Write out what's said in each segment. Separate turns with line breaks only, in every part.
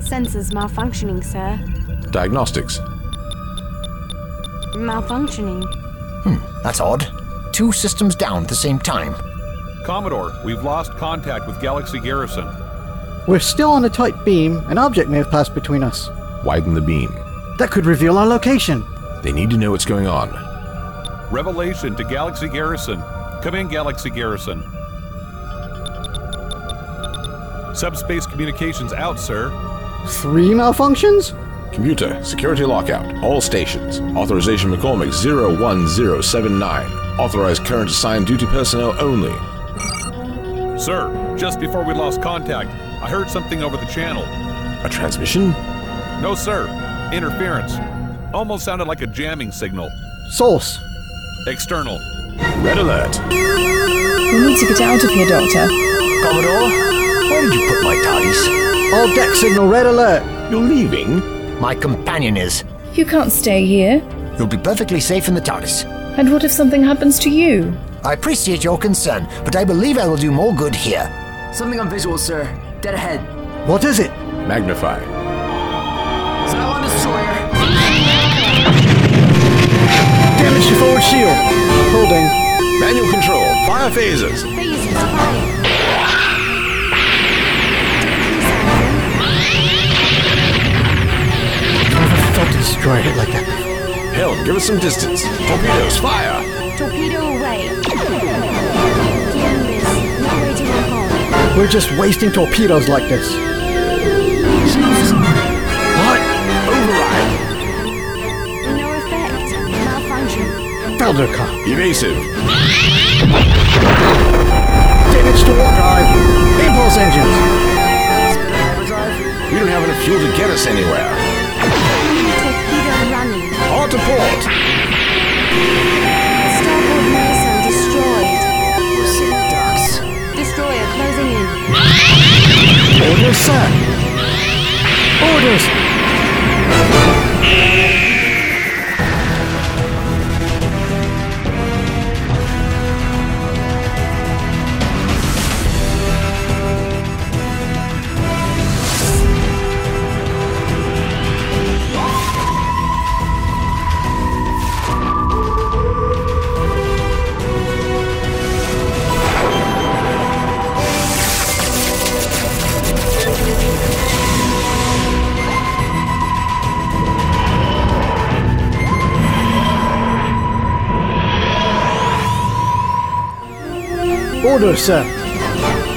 Sensors malfunctioning, sir.
Diagnostics.
Malfunctioning.
That's odd. Two systems down at the same time.
Commodore, we've lost contact with Galaxy Garrison.
We're still on a tight beam. An object may have passed between us.
Widen the beam.
That could reveal our location.
They need to know what's going on.
Revelation to Galaxy Garrison. Come in, Galaxy Garrison. Subspace communications out, sir.
Three malfunctions?
Computer, security lockout. All stations. Authorization McCormick 01079. Authorize current assigned duty personnel only.
Sir, just before we lost contact, I heard something over the channel.
A transmission?
No, sir. Interference. Almost sounded like a jamming signal.
Source.
External.
Red alert.
We need to get out of here, Doctor.
Commodore, where did you put my TARDIS?
All deck signal red alert.
You're leaving?
My companion is.
You can't stay here.
You'll be perfectly safe in the TARDIS.
And what if something happens to you?
I appreciate your concern, but I believe I will do more good here.
Something on visual, sir. Dead ahead.
What is it?
Magnify.
Cylon Destroyer.
Damage to forward shield. Holding.
Manual control. Fire phasers.
Phases fired.
I felt destroyed it like that.
Hell, give us some distance. Torpedoes, fire!
Torpedo away. Canvas. Not waiting on hold.
We're just wasting torpedoes like this.
What? Override.
No effect. Malfunction.
Feldercar.
Evasive.
Damage to warp drive. Impulse engines.
We don't have enough fuel to get us anywhere.
Torpedo running.
Hard to port.
Starboard Mason destroyed.
We're sitting ducks.
Destroyer closing in.
Orders, sir. Orders. Orders, sir.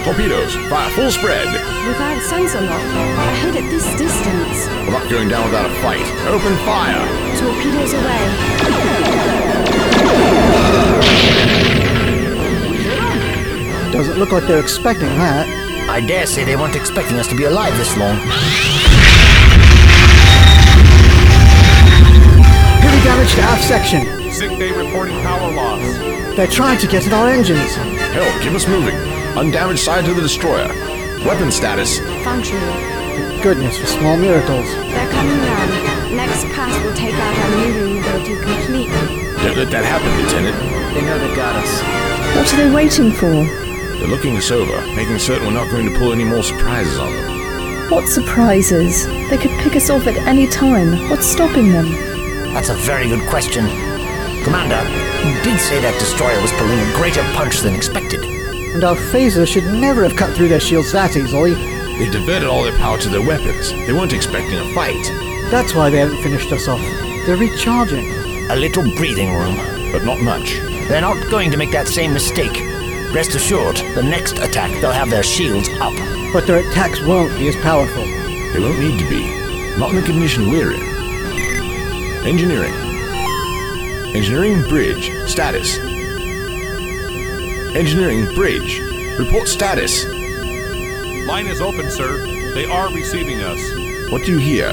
Torpedoes, fire full spread.
Without sensor lock, ahead at this distance.
We're not going down without a fight. Open fire.
Torpedoes away.
Doesn't look like they're expecting that.
I dare say they weren't expecting us to be alive this long.
Heavy damage to half section.
Sick day reporting power loss.
They're trying to get at our engines.
Hell, give us moving. Undamaged side to the destroyer. Weapon status.
Functional.
Goodness for small miracles.
They're coming round. Next pass will take out our moving ability completely.
Don't let that happen, Lieutenant.
They know they got us.
What are they waiting for?
They're looking us over, making certain we're not going to pull any more surprises on them.
What surprises? They could pick us off at any time. What's stopping them?
That's a very good question. Commander, you did say that destroyer was pulling a greater punch than expected.
And our phaser should never have cut through their shields that easily.
They diverted all their power to their weapons. They weren't expecting a fight.
That's why they haven't finished us off. They're recharging.
A little breathing room.
But not much.
They're not going to make that same mistake. Rest assured, the next attack they'll have their shields up.
But their attacks won't be as powerful.
They won't need to be. Not in the condition we're in. Engineering. Engineering bridge status. Engineering bridge. Report status.
Line is open, sir. They are receiving us.
What do you hear?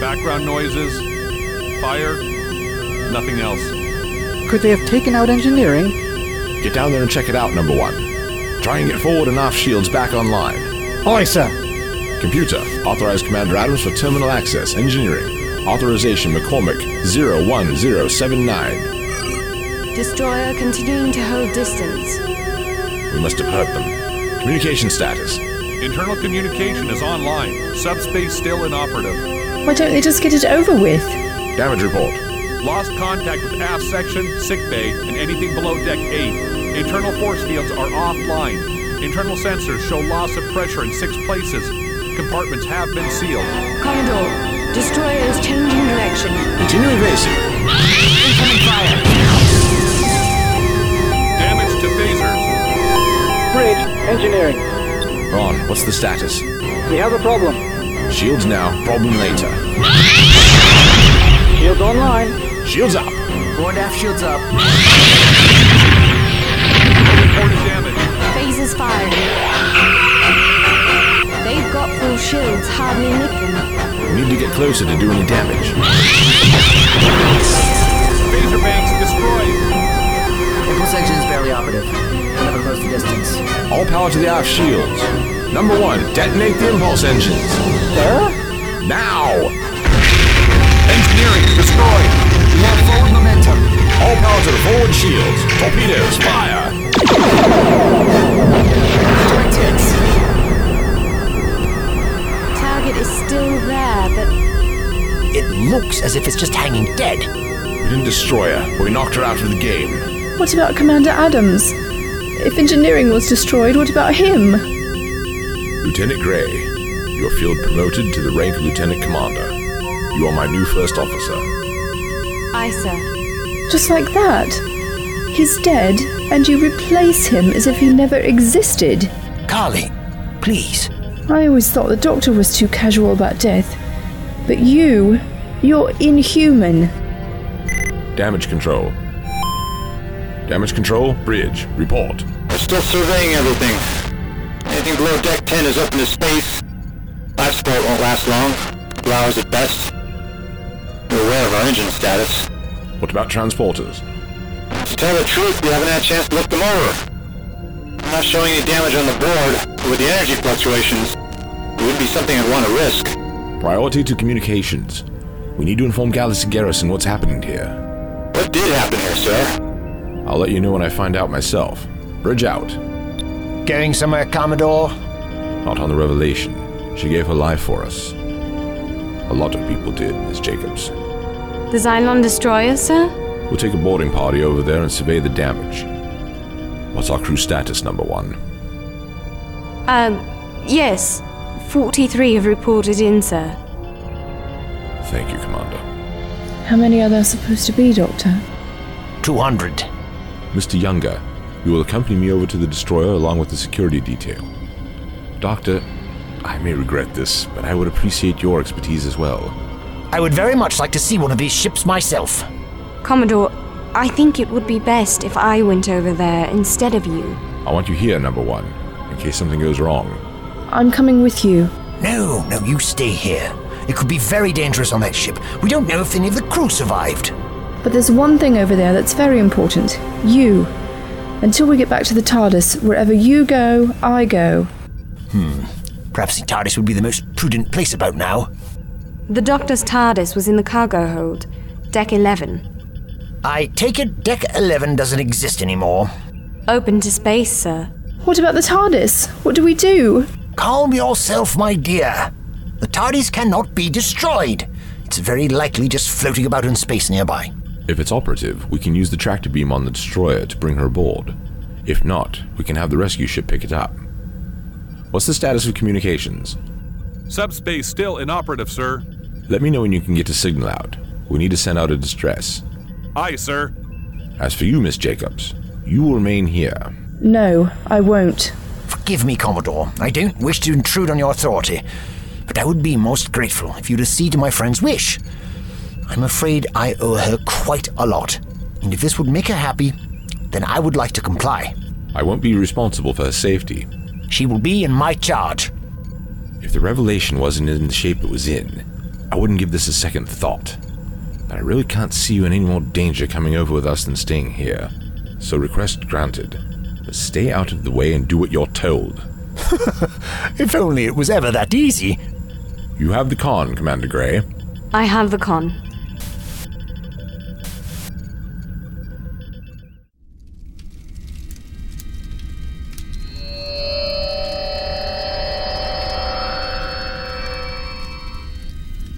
Background noises, fire, nothing else.
Could they have taken out engineering?
Get down there and check it out, number one. Try and get forward and aft shields back online.
Aye, sir.
Computer. Authorize Commander Adams for terminal access. Engineering. Authorization McCormick 01079.
Destroyer continuing to hold distance.
We must have hurt them. Communication status.
Internal communication is online. Subspace still inoperative.
Why don't they just get it over with?
Damage report.
Lost contact with aft section, sick bay, and anything below deck 8. Internal force fields are offline. Internal sensors show loss of pressure in six places. Compartments have been sealed.
Commodore, destroyer is changing direction.
Continue evasive.
Damage to phasers.
Bridge, engineering.
Ron, what's the status?
We have a problem.
Shields now, problem later.
Shields online.
Shields up.
Warned aft shields up.
Reported damage.
Phasers firing. They've got full shields, hardly nicking.
We need to get closer to do any damage.
Phaser banks destroyed.
Impulse engine is barely operative. Never close the distance.
All power to the aft shields. Number one, detonate the impulse engines. Now!
Engineering destroyed.
We have forward momentum.
All power to the forward shields. Torpedoes, fire!
Direct hits.
Target is still there, but
It looks as if it's just hanging dead.
We didn't destroy her, but we knocked her out of the game.
What about Commander Adams? If engineering was destroyed, what about him?
Lieutenant Gray, your field promoted to the rank of Lieutenant Commander. You are my new first officer.
ISA.
Just like that. He's dead, and you replace him as if he never existed.
Carly, please.
I always thought the doctor was too casual about death. But you, you're inhuman.
Damage control. Damage control, bridge, report.
Still surveying everything. Anything below deck 10 is up into space. Life support won't last long. Two hours at best. We're aware of our engine status.
What about transporters?
To tell the truth, we haven't had a chance to look them over. I'm not showing any damage on the board, but with the energy fluctuations, it would be something I'd want to risk.
Priority to communications. We need to inform Galaxy Garrison what's happening here.
What did happen here, sir?
I'll let you know when I find out myself. Bridge out.
Going somewhere, Commodore?
Not on the revelation. She gave her life for us. A lot of people did, Miss Jacobs.
The Xylon destroyer, sir?
We'll take a boarding party over there and survey the damage. What's our crew status, number one?
Um, yes. 43 have reported in, sir.
Thank you, Commander.
How many are there supposed to be, Doctor?
200.
Mr. Younger, you will accompany me over to the destroyer along with the security detail. Doctor, I may regret this, but I would appreciate your expertise as well.
I would very much like to see one of these ships myself.
Commodore, I think it would be best if I went over there instead of you.
I want you here, number one, in case something goes wrong.
I'm coming with you.
No, no, you stay here. It could be very dangerous on that ship. We don't know if any of the crew survived.
But there's one thing over there that's very important you. Until we get back to the TARDIS, wherever you go, I go.
Perhaps the TARDIS would be the most prudent place about now.
The Doctor's TARDIS was in the cargo hold, deck 11.
I take it Deck 11 doesn't exist anymore.
Open to space, sir.
What about the TARDIS? What do we do?
Calm yourself, my dear. The TARDIS cannot be destroyed. It's very likely just floating about in space nearby.
If it's operative, we can use the tractor beam on the destroyer to bring her aboard. If not, we can have the rescue ship pick it up. What's the status of communications?
Subspace still inoperative, sir.
Let me know when you can get a signal out. We need to send out a distress.
Aye, sir.
As for you, Miss Jacobs, you will remain here.
No, I won't.
Forgive me, Commodore. I don't wish to intrude on your authority, but I would be most grateful if you'd accede to my friend's wish. I'm afraid I owe her quite a lot, and if this would make her happy, then I would like to comply.
I won't be responsible for her safety.
She will be in my charge.
If the revelation wasn't in the shape it was in, I wouldn't give this a second thought. But I really can't see you in any more danger coming over with us than staying here. So request granted. But stay out of the way and do what you're told.
If only it was ever that easy.
You have the con, Commander Gray.
I have the con.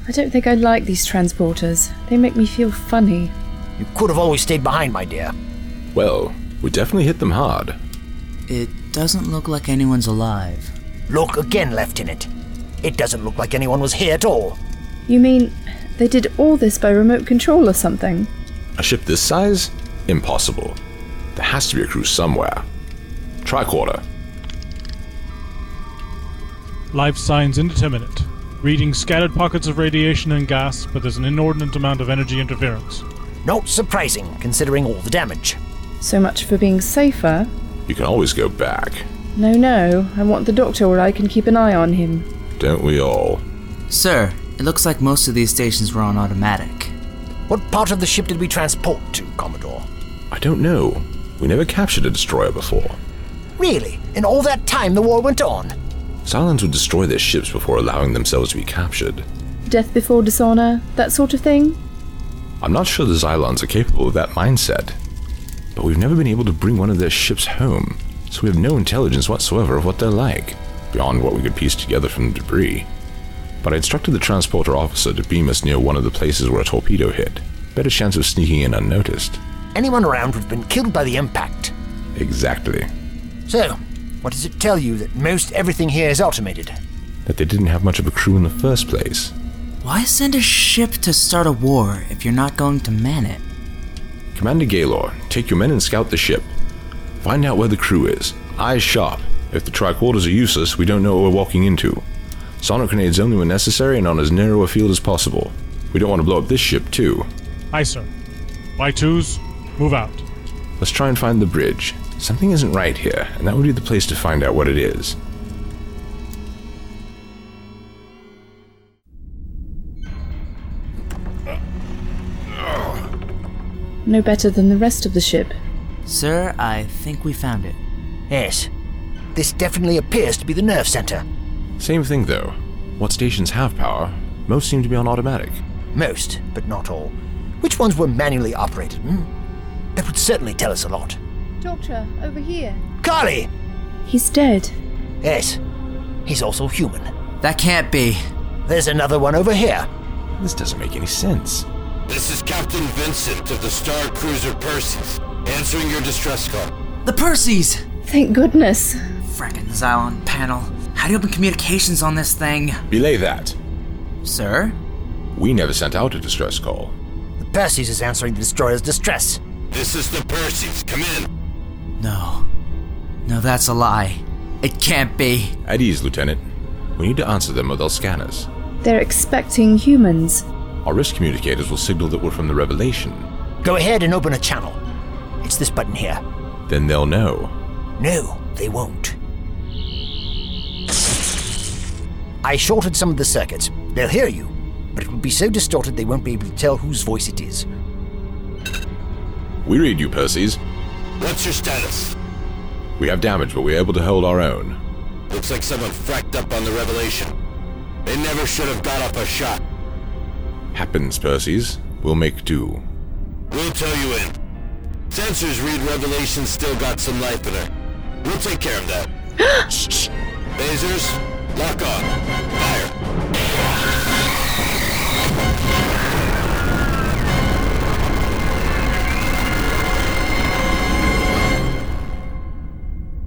I don't think I like these transporters. They make me feel funny.
You could have always stayed behind, my dear.
Well, we definitely hit them hard.
It doesn't look like anyone's alive.
Look again, Lieutenant. It doesn't look like anyone was here at all.
You mean they did all this by remote control or something?
A ship this size? Impossible. There has to be a crew somewhere. Tricorder.
Life signs indeterminate. Reading scattered pockets of radiation and gas, but there's an inordinate amount of energy interference.
Not surprising, considering all the damage.
So much for being safer.
You can always go back.
No, no, I want the doctor where I can keep an eye on him.
Don't we all?
Sir, it looks like most of these stations were on automatic.
What part of the ship did we transport to, Commodore?
I don't know. We never captured a destroyer before.
Really? In all that time the war went on?
Cylons would destroy their ships before allowing themselves to be captured.
Death before dishonor, that sort of thing?
I'm not sure the Xylons are capable of that mindset, but we've never been able to bring one of their ships home, so we have no intelligence whatsoever of what they're like, beyond what we could piece together from the debris. But I instructed the transporter officer to beam us near one of the places where a torpedo hit. Better chance of sneaking in unnoticed.
Anyone around would have been killed by the impact.
Exactly.
So, what does it tell you that most everything here is automated?
That they didn't have much of a crew in the first place.
Why send a ship to start a war if you're not going to man it?
Commander Gaylor, take your men and scout the ship. Find out where the crew is. Eyes sharp. If the tricorders are useless, we don't know what we're walking into. Sonic grenades only when necessary and on as narrow a field as possible. We don't want to blow up this ship, too.
Aye, sir. Y2s, move out.
Let's try and find the bridge. Something isn't right here, and that would be the place to find out what it is.
No better than the rest of the ship.
Sir, I think we found it.
Yes. This definitely appears to be the nerve center.
Same thing, though. What stations have power? Most seem to be on automatic.
Most, but not all. Which ones were manually operated? Hmm? That would certainly tell us a lot.
Doctor, over here.
Carly!
He's dead.
Yes. He's also human.
That can't be.
There's another one over here.
This doesn't make any sense.
This is Captain Vincent of the Star Cruiser Perseus, answering your distress call.
The Perseys!
Thank goodness.
Frackin' Xylon panel. How do you open communications on this thing?
Belay that.
Sir?
We never sent out a distress call.
The Perseus is answering the destroyer's distress.
This is the Perseus. Come in.
No. No, that's a lie. It can't be.
At ease, Lieutenant. We need to answer them or they'll scan us.
They're expecting humans.
Our risk communicators will signal that we're from the Revelation.
Go ahead and open a channel. It's this button here.
Then they'll know.
No, they won't. I shorted some of the circuits. They'll hear you, but it will be so distorted they won't be able to tell whose voice it is.
We read you, Perseys.
What's your status?
We have damage, but we're able to hold our own.
Looks like someone fracked up on the Revelation. They never should have got up a shot.
Happens, Perseys. We'll make do.
We'll tow you in. Sensors read Revelation's still got some life in her. We'll take care of that. Lasers, lock on. Fire.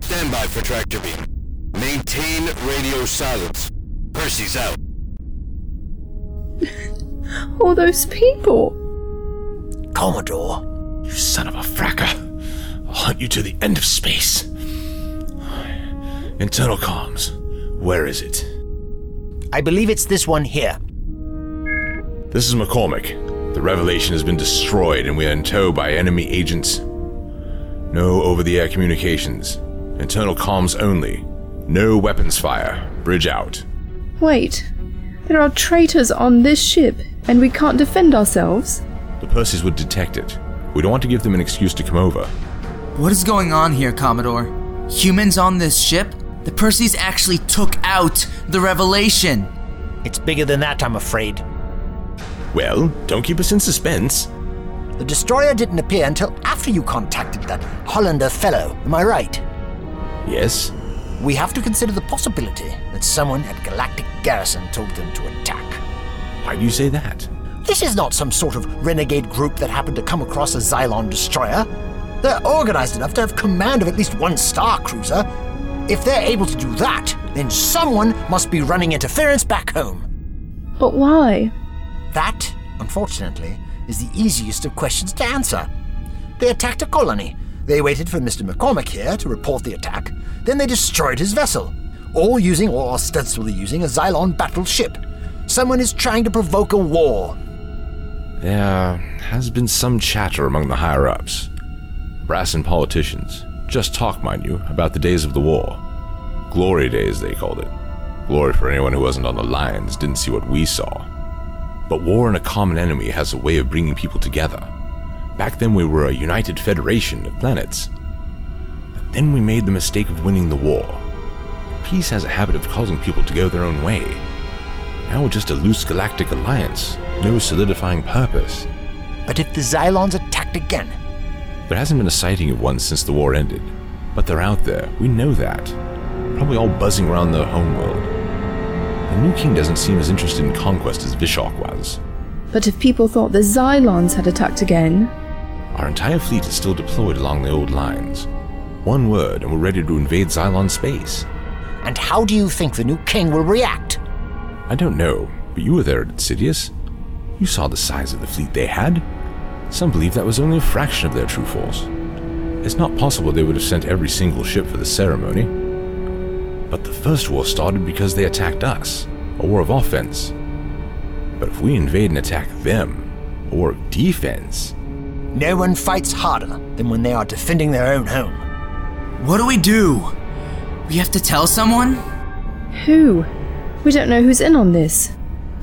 Stand by for tractor beam. Maintain radio silence. Percy's out.
All those people.
Commodore,
You son of a fracker. I'll hunt you to the end of space. Internal comms. Where is it?
I believe it's this one here.
This is McCormick. The Revelation has been destroyed and we are in tow by enemy agents. No over the air communications. Internal comms only. No weapons fire. Bridge out.
Wait. There are traitors on this ship, and we can't defend ourselves?
The Perseys would detect it. We don't want to give them an excuse to come over.
What is going on here, Commodore? Humans on this ship? The Perseys actually took out the Revelation!
It's bigger than that, I'm afraid.
Well, don't keep us in suspense.
The destroyer didn't appear until after you contacted that Hollander fellow, am I right?
Yes?
We have to consider the possibility that someone at Galactic Garrison told them to attack.
Why do you say that?
This is not some sort of renegade group that happened to come across a Xylon destroyer. They're organized enough to have command of at least one star cruiser. If they're able to do that, then someone must be running interference back home.
But why?
That, unfortunately, is the easiest of questions to answer. They attacked a colony. They waited for Mr. McCormick here to report the attack. Then they destroyed his vessel, all using or ostensibly using a Xylon battleship. Someone is trying to provoke a war.
There has been some chatter among the higher ups, brass and politicians, just talk, mind you, about the days of the war. Glory days, they called it. Glory for anyone who wasn't on the lines, didn't see what we saw. But war and a common enemy has a way of bringing people together. Back then, we were a united federation of planets. But then we made the mistake of winning the war. Peace has a habit of causing people to go their own way. Now we're just a loose galactic alliance, no solidifying purpose.
But if the Xylons attacked again,
There hasn't been a sighting of one since the war ended, but they're out there, we know that. Probably all buzzing around their homeworld. The new king doesn't seem as interested in conquest as Vishok was.
But if people thought the Xylons had attacked again,
Our entire fleet is still deployed along the old lines. One word, and we're ready to invade Xylon space.
and how do you think the new king will react?
I don't know, but you were there at Sidious. You saw the size of the fleet they had. Some believe that was only a fraction of their true force. It's not possible they would have sent every single ship for the ceremony. But the first war started because they attacked us, a war of offense. But if we invade and attack them, a war of defense,
No one fights harder than when they are defending their own home.
What do we do? We have to tell someone?
who? We don't know who's in on this.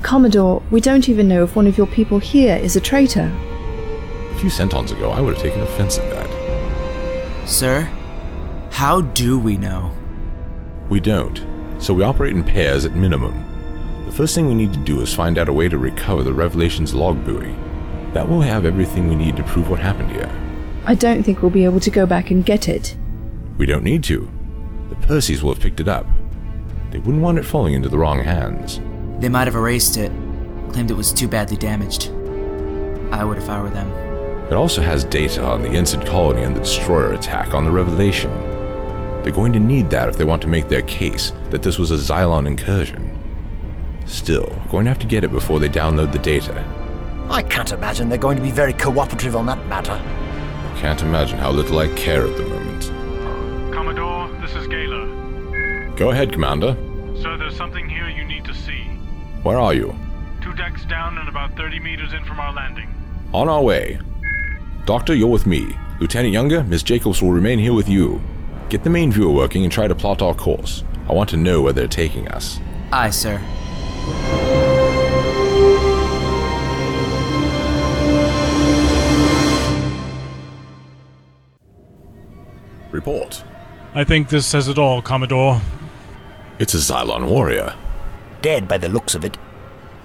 Commodore, we don't even know if one of your people here is a traitor.
a few centons ago I would have taken offense at that.
Sir, how do we know?
We don't, so we operate in pairs at minimum. The first thing we need to do is find out a way to recover the Revelation's log buoy. That will have everything we need to prove what happened here.
I don't think we'll be able to go back and get it.
We don't need to. The Percys will have picked it up. They wouldn't want it falling into the wrong hands.
They might have erased it, claimed it was too badly damaged. I would if I were them.
It also has data on the Ensign colony and the destroyer attack on the Revelation. They're going to need that if they want to make their case that this was a Xylon incursion. Still, we're going to have to get it before they download the data.
I can't imagine they're going to be very cooperative on that matter.
Can't imagine how little I care at the moment.
Commodore, this is Gala.
Go ahead, Commander.
Sir, there's something here you need to see.
Where are you?
Two decks down and about 30 meters in from our landing.
On our way. Doctor, you're with me. Lieutenant Younger, Miss Jacobs will remain here with you. Get the main viewer working and try to plot our course. I want to know where they're taking us.
Aye, sir.
Report.
I think this says it all, Commodore.
It's a Xylon warrior.
Dead by the looks of it.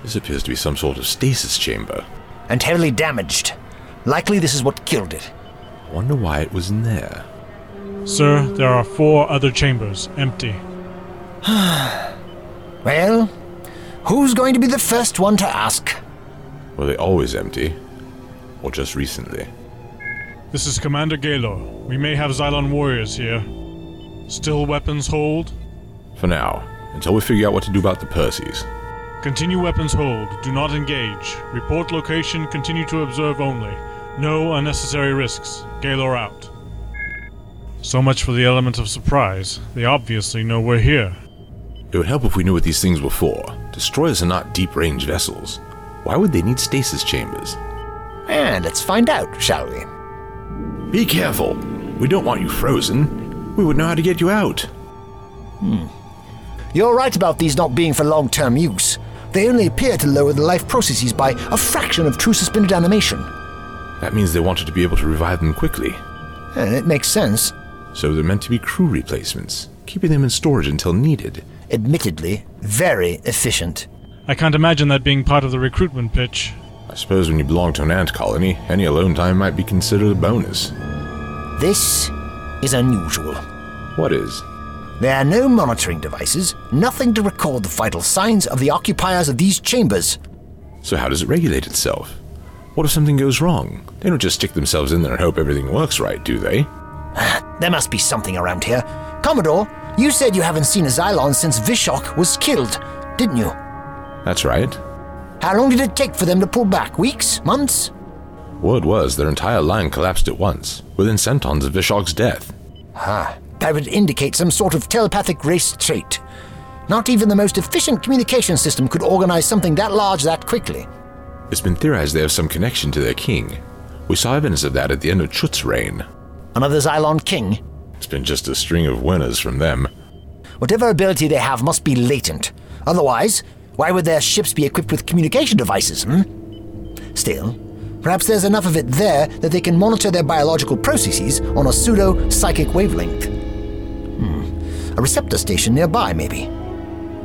This appears to be some sort of stasis chamber.
And heavily damaged. Likely this is what killed it.
Wonder why it was in there.
Sir, there are four other chambers, empty.
well, who's going to be the first one to ask?
Were they always empty? Or just recently?
This is Commander Galor. We may have Xylon warriors here. Still weapons hold?
For now, until we figure out what to do about the Percys.
Continue weapons hold. Do not engage. Report location. Continue to observe only. No unnecessary risks. Galor out. So much for the element of surprise. They obviously know we're here.
It would help if we knew what these things were for. Destroyers are not deep range vessels. Why would they need stasis chambers?
And Eh, let's find out, shall we?
Be careful. We don't want you frozen. We would know how to get you out.
Hmm. You're right about these not being for long term use. They only appear to lower the life processes by a fraction of true suspended animation.
That means they wanted to be able to revive them quickly.
And Eh, it makes sense.
So they're meant to be crew replacements, keeping them in storage until needed.
Admittedly, very efficient.
I can't imagine that being part of the recruitment pitch.
I suppose when you belong to an ant colony, any alone time might be considered a bonus.
This is unusual.
What is?
There are no monitoring devices, nothing to record the vital signs of the occupiers of these chambers.
So, how does it regulate itself? What if something goes wrong? They don't just stick themselves in there and hope everything works right, do they?
There must be something around here. Commodore, you said you haven't seen a Xylon since Vishok was killed, didn't you?
That's right.
How long did it take for them to pull back? Weeks? Months?
Word was their entire line collapsed at once, within centons of Vishok's death.
Ah, that would indicate some sort of telepathic race trait. Not even the most efficient communication system could organize something that large that quickly.
It's been theorized they have some connection to their king. We saw evidence of that at the end of Chut's reign.
Another Xylon king?
It's been just a string of winners from them.
Whatever ability they have must be latent. Otherwise, why would their ships be equipped with communication devices, hmm? Still, perhaps there's enough of it there that they can monitor their biological processes on a pseudo psychic wavelength. Hmm. A receptor station nearby, maybe.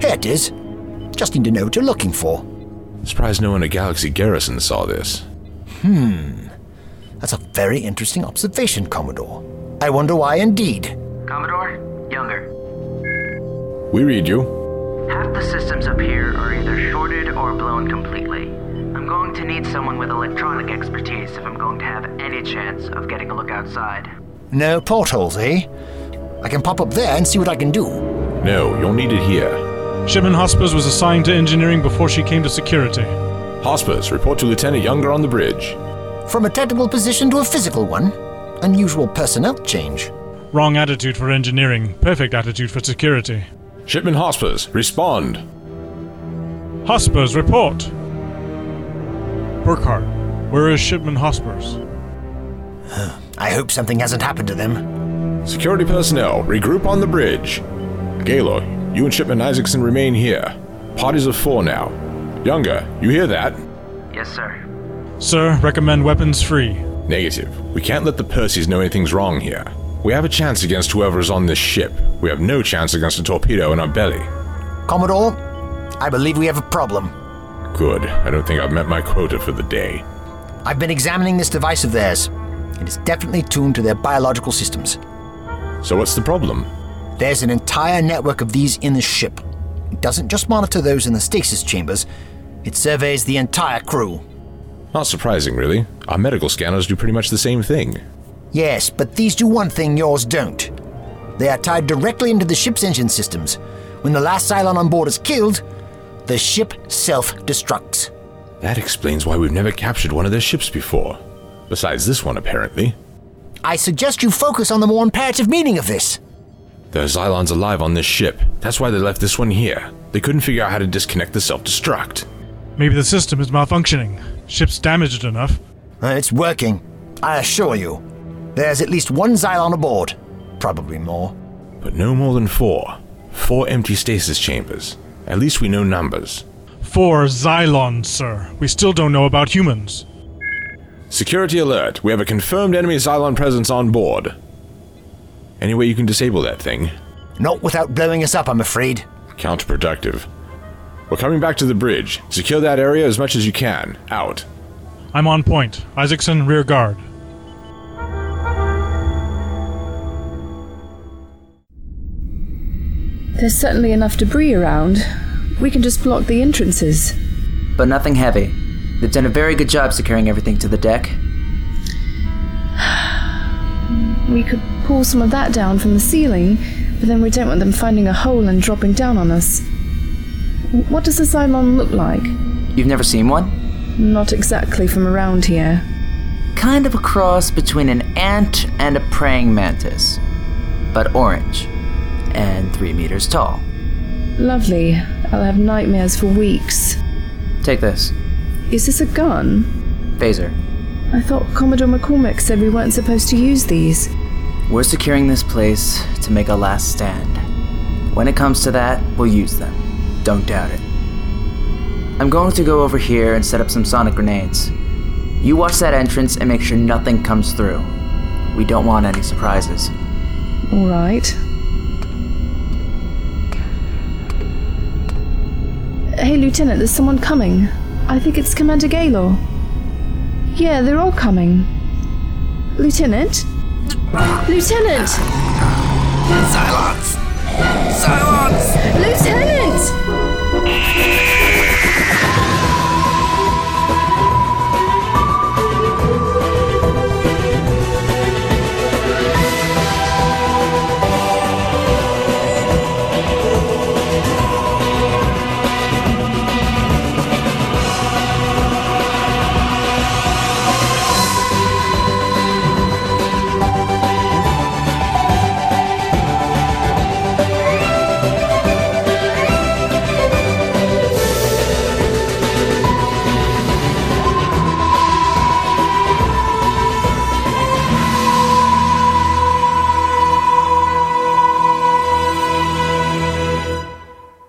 Here it is. Just need to know what you're looking for.
Surprised no one at Galaxy Garrison saw this.
Hmm. That's a very interesting observation, Commodore. I wonder why indeed.
Commodore, Younger.
We read you.
Half the systems up here are either shorted or blown completely. I'm going to need someone with electronic expertise if I'm going to have any chance of getting a look outside.
No portholes, eh? I can pop up there and see what I can do.
No, you'll need it here.
Shipman Hospice was assigned to engineering before she came to security.
Hospice, report to Lieutenant Younger on the bridge.
From a technical position to a physical one. Unusual personnel change.
Wrong attitude for engineering, perfect attitude for security.
Shipman Hospice, respond.
Hospers, report. Burkhardt, where is Shipman Hospers?
I hope something hasn't happened to them.
Security personnel, regroup on the bridge. Gaylor, you and Shipman Isaacson remain here. Parties of four now. Younger, you hear that?
Yes, sir.
Sir, recommend weapons free.
Negative. We can't let the Percys know anything's wrong here. We have a chance against whoever is on this ship. We have no chance against a torpedo in our belly.
Commodore, I believe we have a problem.
Good. I don't think I've met my quota for the day.
I've been examining this device of theirs. It is definitely tuned to their biological systems.
So what's the problem?
There's an entire network of these in the ship. It doesn't just monitor those in the stasis chambers, it surveys the entire crew.
Not surprising, really. Our medical scanners do pretty much the same thing.
Yes, but these do one thing yours don't. They are tied directly into the ship's engine systems. When the last Cylon on board is killed, the ship self destructs.
That explains why we've never captured one of their ships before. Besides this one, apparently.
I suggest you focus on the more imperative meaning of this.
There are Xylons alive on this ship. That's why they left this one here. They couldn't figure out how to disconnect the self destruct.
Maybe the system is malfunctioning. Ship's damaged enough.
Uh, It's working, I assure you. There's at least one Xylon aboard. Probably more.
But no more than four. Four empty stasis chambers. At least we know numbers.
Four Xylons, sir. We still don't know about humans.
Security alert. We have a confirmed enemy Xylon presence on board. Any way you can disable that thing?
Not without blowing us up, I'm afraid.
Counterproductive. We're coming back to the bridge. Secure that area as much as you can. Out.
I'm on point. Isaacson, rear guard.
There's certainly enough debris around. We can just block the entrances.
But nothing heavy. They've done a very good job securing everything to the deck.
We could pull some of that down from the ceiling, but then we don't want them finding a hole and dropping down on us. What does the Cylon look like?
You've never seen one?
Not exactly from around here.
Kind of a cross between an ant and a praying mantis, but orange and three meters tall.
Lovely. I'll have nightmares for weeks.
Take this
Is this a gun?
phaser.
I thought Commodore McCormick said we weren't supposed to use these.
We're securing this place to make a last stand. When it comes to that, we'll use them. Don't doubt it. I'm going to go over here and set up some sonic grenades. You watch that entrance and make sure nothing comes through. We don't want any surprises.
All right. Hey, Lieutenant, there's someone coming. I think it's Commander Gaylor. Yeah, they're all coming. Lieutenant? Lieutenant!
Silence! Silence!
Lieutenant!